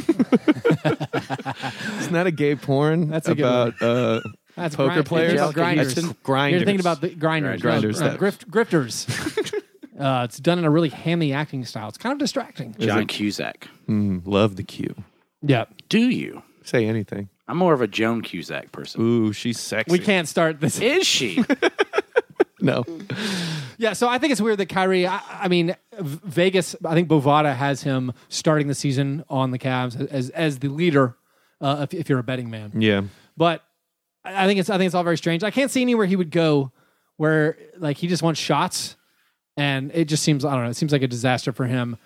it's not a gay porn. That's That's a good about uh, That's poker grind- players. That's grinders. That's grinders. You're thinking about the grinders, Grinders, no, uh, that- grift, grifters. uh, it's done in a really hammy acting style. It's kind of distracting. John Cusack. Mm, love the Q. Yeah, Do you? Say anything. I'm more of a Joan Cusack person. Ooh, she's sexy. we can't start this. Is she? No, Yeah, so I think it's weird that Kyrie. I, I mean, V- Vegas. I think Bovada has him starting the season on the Cavs as as the leader. Uh, if, if you're a betting man, yeah, but I I think it's I think it's all very strange. I can't see anywhere he would go where like he just wants shots, and it just seems I don't know. It seems like a disaster for him.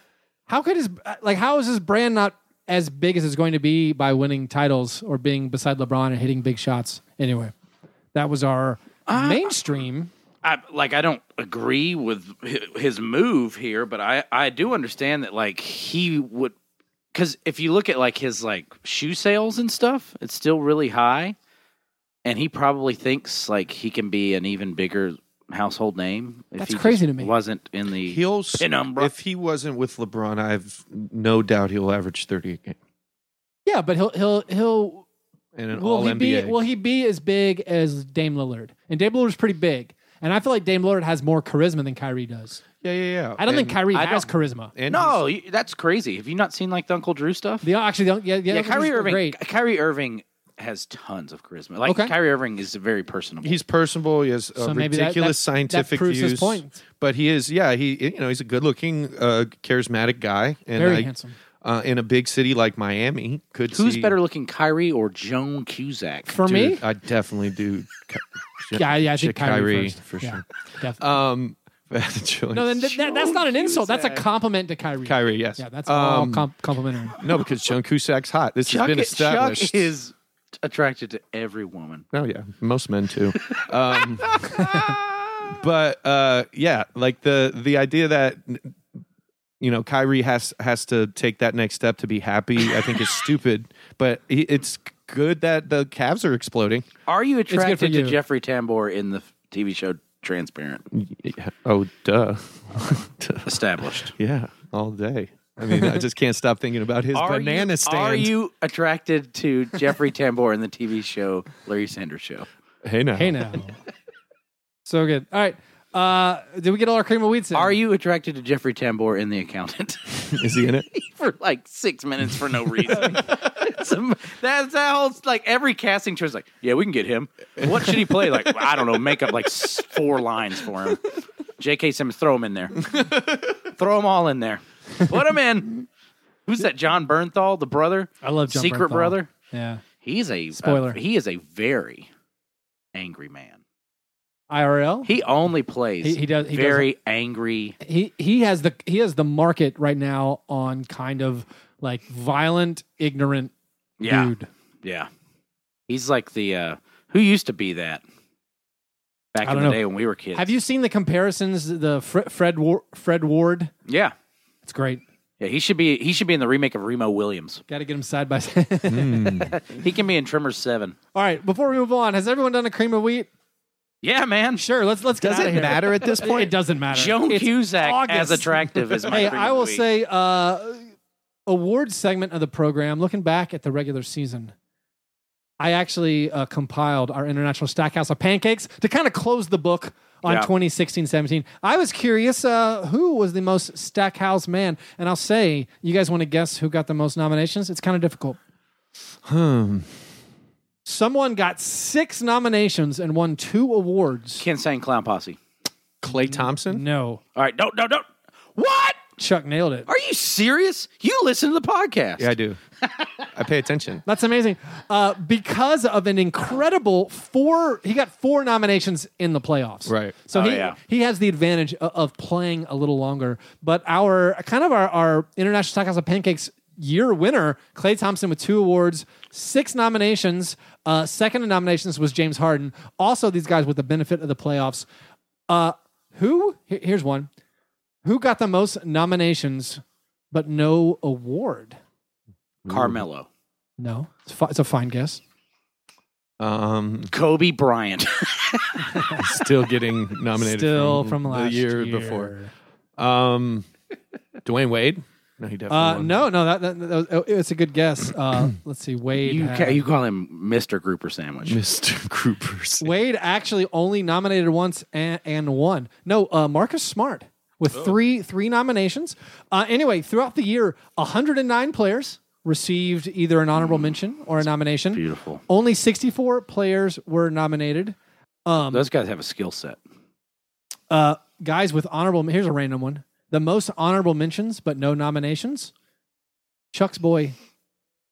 How could his like how is his brand not as big as it's going to be by winning titles or being beside LeBron and hitting big shots? Anyway, that was our Uh, mainstream. I like I don't agree with hi- his move here, but I I do understand that like he would because if you look at like his like shoe sales and stuff, it's still really high, and he probably thinks like he can be an even bigger household name. If That's he just crazy to me. Wasn't in the he'll. s- Penumbra. If he wasn't with LeBron, I've no doubt he'll average thirty a game. Yeah, but he'll he'll he'll And an will all he NBA. be will he be as big as Dame Lillard? And Dame Lillard's pretty big. And I feel like Dame Lillard has more charisma than Kyrie does. yeah, yeah, yeah. I don't And- think Kyrie I has don't- charisma. And no, you- that's crazy. Have you not seen like the Uncle Drew stuff? The actually the, yeah, yeah, yeah, Kyrie Irving. great. Kyrie Irving has tons of charisma. Like Okay. Kyrie Irving is very personable. he's, he's personable. He has uh, So maybe that- ridiculous that- that scientific proves his views. point. But he is, yeah, he you know he's a good-looking, uh, charismatic guy, and Very I- handsome. Uh, in a big city like Miami, could Who's see- better looking, Kyrie or Joan Cusack? For Dude, me, I definitely do. Ky- yeah, yeah, I think Kyrie, Kyrie, first. for Yeah, sure. definitely. Um, chili. no, then th- that, that's not an insult. That's a compliment to Kyrie. Kyrie, yes. Yeah, that's all um, com- complimentary. no, because Joan Cusack's hot. This has Chuck, been i- Chuck established. is attracted to every woman. Oh yeah, most men too. Um, but uh, yeah, like the the idea that you know Kyrie has has to take that next step to be happy, I think is stupid. But he- it's good that the Cavs are exploding. Are you for attracted to you. Jeffrey Tambor in the f- TV show Transparent? Oh duh, Duh. Established. yeah, all day. I mean, I just can't stop thinking about his banana you, stand. Are you attracted to Jeffrey Tambor in the TV show Larry Sanders Show? Hey now. Hey now, so good. All right, uh, did we get all our cream of wheat? in? Are you attracted to Jeffrey Tambor in The Accountant Is he in it? for like six minutes for no reason? It's am- that's that whole like every casting choice. Like, yeah, we can get him. What should he play? Like, I don't know. Make up like s- four lines for him. J.K. Simmons, throw him in there. throw them all in there. Put him in. Who's that? John Bernthal, the brother, I love John secret Bernthal. brother. Yeah, He's a Spoiler. uh, he is a very angry man. IRL. He only plays He- he does- he does- very angry. he he has the he has the market right now on kind of like violent, ignorant Yeah, dude. yeah. He's like the uh who used to be that back I in the don't know. day when we were kids. Have you seen the comparisons? The Fre- Fred War- Fred Ward. Yeah. It's great. Yeah, he should be he should be in the remake of Remo Williams. Got to get him side by side. He can be in Tremors 7. All right, before we move on, has everyone done a cream of wheat? Yeah, man. Sure, let's let's get Does out it of here. matter at this It point? doesn't matter. Joan It's Cusack as August. attractive as my Hey, cream I of will wheat. say, uh, awards segment of the program. Looking back at the regular season, I actually uh, compiled our international stackhouse of pancakes to kind of close the book on Yeah. 2016-17. I was curious uh, who was the most stackhouse man, and I'll say, you guys want to guess who got the most nominations? It's kind of difficult. Hmm. Someone got six nominations and won two awards. Can't sing Clown Posse. Clay Thompson? No. All right, don't, don't, don't. What? Chuck nailed it. Are you serious? You listen to the podcast. Yeah, I do. I pay attention. That's amazing. Uh, because of an incredible four, he got four nominations in the playoffs. Right. So Oh, he yeah. he has the advantage o- of playing a little longer. But our kind of our, our international stockhouse of pancakes year winner, Clay Thompson, with two awards, six nominations. Uh, second in nominations was James Harden. Also, these guys with the benefit of the playoffs. Uh, who? he- Here's one. Who got the most nominations but no award? Carmelo. No, it's, fi- it's a fine guess. Um, Kobe Bryant. still getting nominated. Still from, the last year, before. Um, Dwayne Wade? No, he definitely. Uh, won. no, no, that, that, that was, oh, it's a good guess. Uh, let's see, Wade. you, had- ca- you call him Mr. Grouper Sandwich. Mr. Groupers. Wade actually only nominated once and, and won. No, uh, Marcus Smart with Oh. three three nominations. Uh, anyway, throughout the year, 109 players received either an Mm. honorable mention or a nomination. Beautiful. Only 64 players were nominated. Um, Those guys have a skill set. Uh, guys with honorable. Here's a random one: the most honorable mentions, but no nominations. Chuck's boy,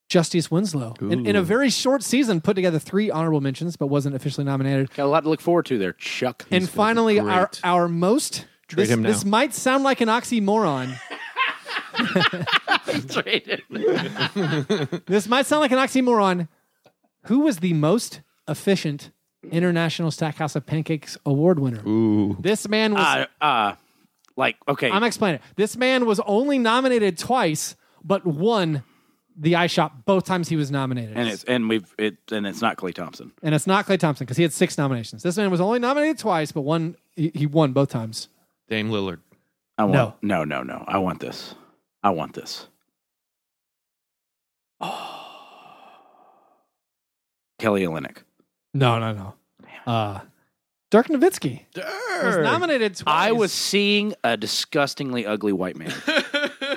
Justice Winslow, in, in a Ooh. very short season, put together three honorable mentions, but wasn't officially nominated. Got a lot to look forward to there, Chuck. and finally, our great. our most. Trade This, him now. this might sound like an oxymoron. this might sound like an oxymoron. Who was the most efficient International Stackhouse of Pancakes Award winner? Ooh. Ah, This man was uh, uh, like, okay. I'm explaining. it. This man was only nominated twice, but won the iShop both times he was nominated. and it's and we've it and it's not Clay Thompson. And it's not Clay Thompson because he had six nominations. This man was only nominated twice, but won. He, he won both times. Dame Lillard. I want no. no, no, no. I want this. I want this. Oh. Kelly Olynyk. No, no, no. Uh, Dirk Nowitzki was nominated twice. I was seeing a disgustingly ugly white man.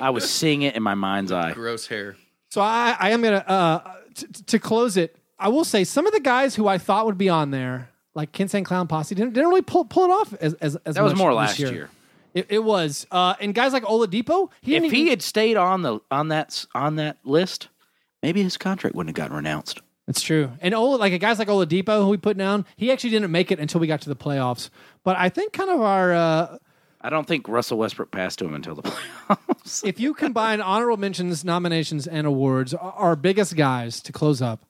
I was seeing it in my mind's eye. Gross hair. So I, I am gonna uh, t- t- to close it. I will say some of the guys who I thought would be on there, like Kinsane Clown Posse, didn't, didn't really pull, pull it off as as, as That was much more this last year. It, it was, uh, and guys like Oladipo. He didn't If even- he had stayed on the on that on that list, maybe his contract wouldn't have gotten renounced. It's true. And Ola, like guys like Oladipo, who we put down, he actually didn't make it until we got to the playoffs. But I think kind of our, uh, I don't think Russell Westbrook passed to him until the playoffs. if you combine honorable mentions, nominations, and awards, our- our biggest guys to close up.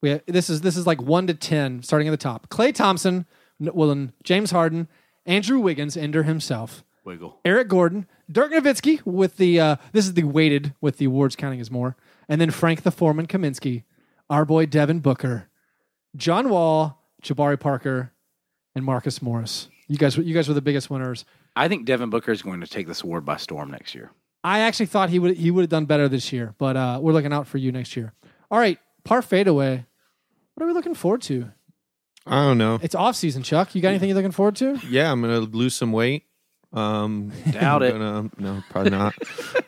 We have, this is this is like one to ten, starting at the top. Clay Thompson, N- Willen, James Harden, Andrew Wiggins, Ender himself, Wiggle. Eric Gordon, Dirk Nowitzki with the uh, this is the weighted with the awards counting as more, and then Frank the Foreman Kaminsky, our boy Devin Booker, John Wall, Jabari Parker, and Marcus Morris. You guys, were- you guys were the biggest winners. I think Devin Booker is going to take this award by storm next year. I actually thought he would he would have done better this year, but uh, we're looking out for you next year. All right, par fadeaway. What are we looking forward to? I don't know. It's off season, Chuck. You got anything you're looking forward to? Yeah, I'm gonna lose some weight. Um, Doubt I'm it. gonna- no, probably not.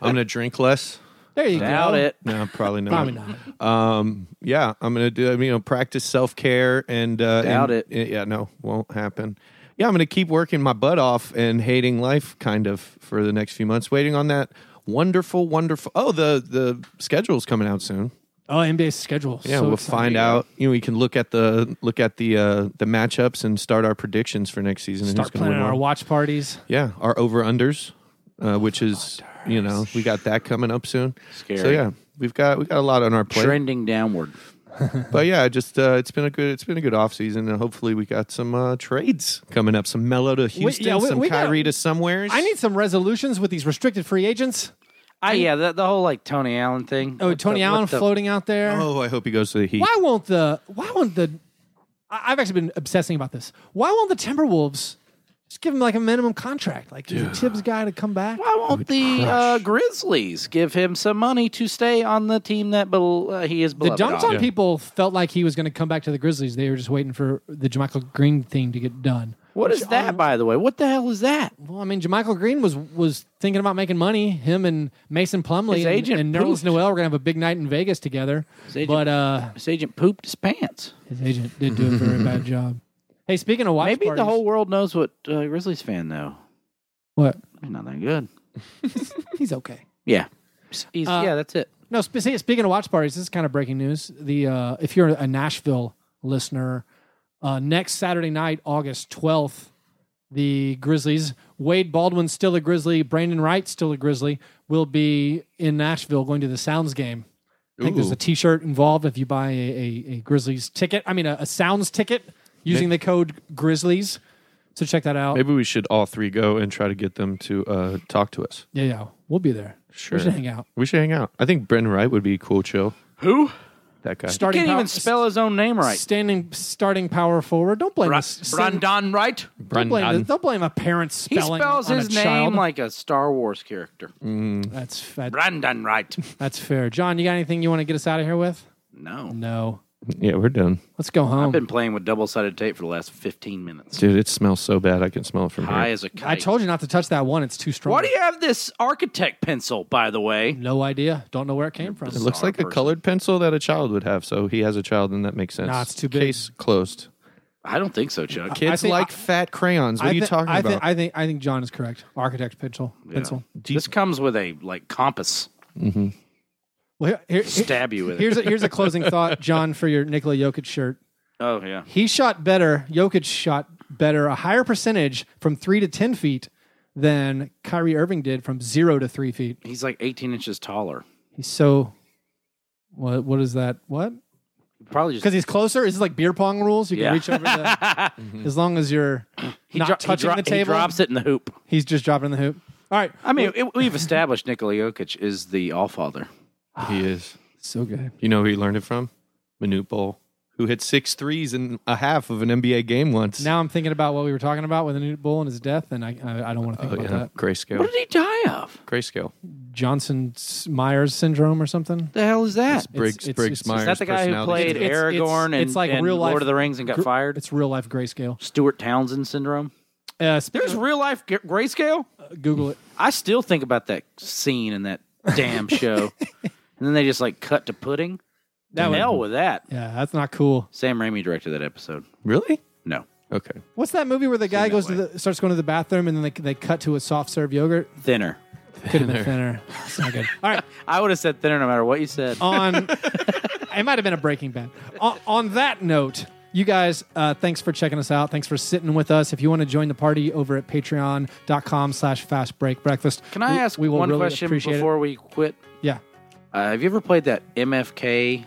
I'm gonna drink less. There you Doubt go. it. No, probably not. Probably not. Um, yeah, I'm gonna do. You know, practice self care and uh, Doubt and- Yeah, no, won't happen. Yeah, I'm gonna keep working my butt off and hating life kind of for the next few months, waiting on that wonderful, wonderful. Oh, the the schedule's coming out soon. Oh, NBA's schedule. Yeah, So we'll exciting. find out. You know, we can look at the look at the uh, the matchups and start our predictions for next season. and who's Start gonna win planning our one. watch parties. Yeah, our over unders, uh, which is you know we got that coming up soon. Scary. So yeah, we've got we got a lot on our plate. Trending downward. But yeah, just uh, it's been a good it's been a good off season, and hopefully we got some uh, trades coming up. Some Mello to Houston, yeah, we- some we got- Kyrie to somewheres. I need some resolutions with these restricted free agents. Ah, yeah, the, the whole like Tony Allen thing. Oh, What Tony the- what Allen the- floating out there. Oh, I hope he goes to the Heat. Why won't the? Why won't the? I- I've actually been obsessing about this. Why won't the Timberwolves just give him like a minimum contract? Like he's a Tibbs guy to come back. Why won't the uh, Grizzlies give him some money to stay on the team that bel uh, he is The beloved dunked on on? people felt like he was going to come back to the Grizzlies. They were just waiting for the Jermichael Green thing to get done. What Which is that, I'm- by the way? What the hell is that? Well, I mean, Jamichael Green was was thinking about making money. Him and Mason Plumley His and, agent and Nerlens pooped. Noel were gonna have a big night in Vegas together. agent- But uh, This agent pooped his pants. his agent did do a very bad job. Hey, speaking of watch Maybe parties, the whole world knows what uh, Grizzlies fan though. what He's not that good. he's okay. Yeah. He's, Uh, yeah, that's it. No, spe- see, speaking of watch parties, this is kind of breaking news. The uh, if you're a Nashville listener, uh, next Saturday night, August twelfth, the Grizzlies, Wade Baldwin still a Grizzly, Brandon Wright still a Grizzly, will be in Nashville going to the Sounds game. I think there's Ooh. a T-shirt involved if you buy a, a, a Grizzlies ticket. I mean, a, a Sounds ticket using the code Grizzlies. So check that out. Maybe we should all three go and try to get them to uh, talk to us. Yeah, yeah, we'll be there. Sure. we should hang out. We should hang out. I think Brendan Wright would be a cool show. Who? That guy. Starting Can't pow- even spell his own name right. Standing starting power forward. Don't blame Bra- us. Brandon Wright. Don't blame, the, Brendan. don't blame a parent's He spelling. spells on his a name child. like a Star Wars character. that's that, Brandon Wright. that's fair. John, you got anything you want to get us out of here with? No. No. Yeah, we're done. Let's go I've home. been playing with double sided tape for the last 15 minutes. Dude, it smells so bad. I can smell it from High here. as a kite. I told you not to touch that one. It's too strong. Why do you have this architect pencil, by the way? No idea. Don't know where it came from. It looks Sorry, like a person. colored pencil that a child would have. So he has a child, and that makes sense. Nah, it's too big. Case closed. I don't think so, Chuck. Kids think- like fat crayons. What I are you thi- talking I thi- about? I think I think John is correct. Architect pencil. Pencil. Do you- This comes with a like compass. Well, here- here- here- Stab you with it. here's a, here's a closing thought, John, for your Nikola Jokic shirt. Oh yeah. He shot better. Jokic shot better, a higher percentage from three to ten feet than Kyrie Irving did from zero to three feet. He's like 18 inches taller. He's so. What what is that? What? Probably Because just he's closer. Is this like beer pong rules? You can Yeah. reach over the, as long as you're he, not dro- he touching dro- the he table. drops it in the hoop. He's just dropping the hoop. All right, I mean, it, we've established Nikola Jokic is the All Father. he is. so good. You know who he learned it from? Manute Bol, who hit six threes in a half of an NBA game once. Now I'm thinking about what we were talking about with the new bull and his death, and I I, I don't want to think Oh, about yeah. that. Grayscale. What did he die of? Grayscale. Johnson Myers syndrome or something. The hell is that? It's- Briggs, it's- Briggs it's- Myers. Is that the guy who personality played It's- it's- Aragorn and, it's like and real Lord life- of the Rings and got Gr- fired? It's real life grayscale. Stuart Townsend syndrome. Uh, sp- There's real life g- grayscale. Google it. I still think about that scene in that damn show. and then they just like cut to pudding. That was- hell with that. Yeah, that's not cool. Sam Raimi directed that episode. Really? No. Okay. What's that movie where the guy that goes to way. the starts going to the bathroom and then they, they cut to a soft serve yogurt? Thinner. Could have been thinner. It's not good. All right, I would have said thinner no matter what you said. on it might have been a Breaking Bad. On, on that note, you guys, uh, thanks for checking us out. Thanks for sitting with us. If you want to join the party over at patreon.com slash fast break breakfast. Can I we- ask we will one really question appreciate it. before we quit? Yeah. Uh, have you ever played that MFK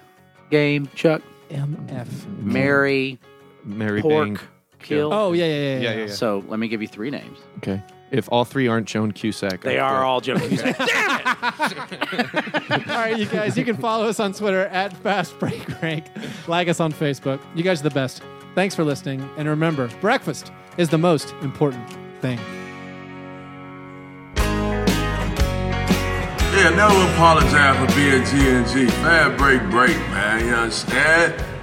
game, Chuck? MF. Mm-hmm. Marry, Mary pork, Bang. kill. Oh, yeah, yeah, yeah. yeah, Yeah, yeah, yeah. So let me give you three names. Okay. If all three aren't Joan Cusack, They are all Joe Cusack. All right, you guys, you can follow us on Twitter at Fast Break Rank. Like us on Facebook. You guys are the best. Thanks for listening. And remember, breakfast is the most important thing. Yeah, never apologize for being G and G. Fab break, break, man. You understand?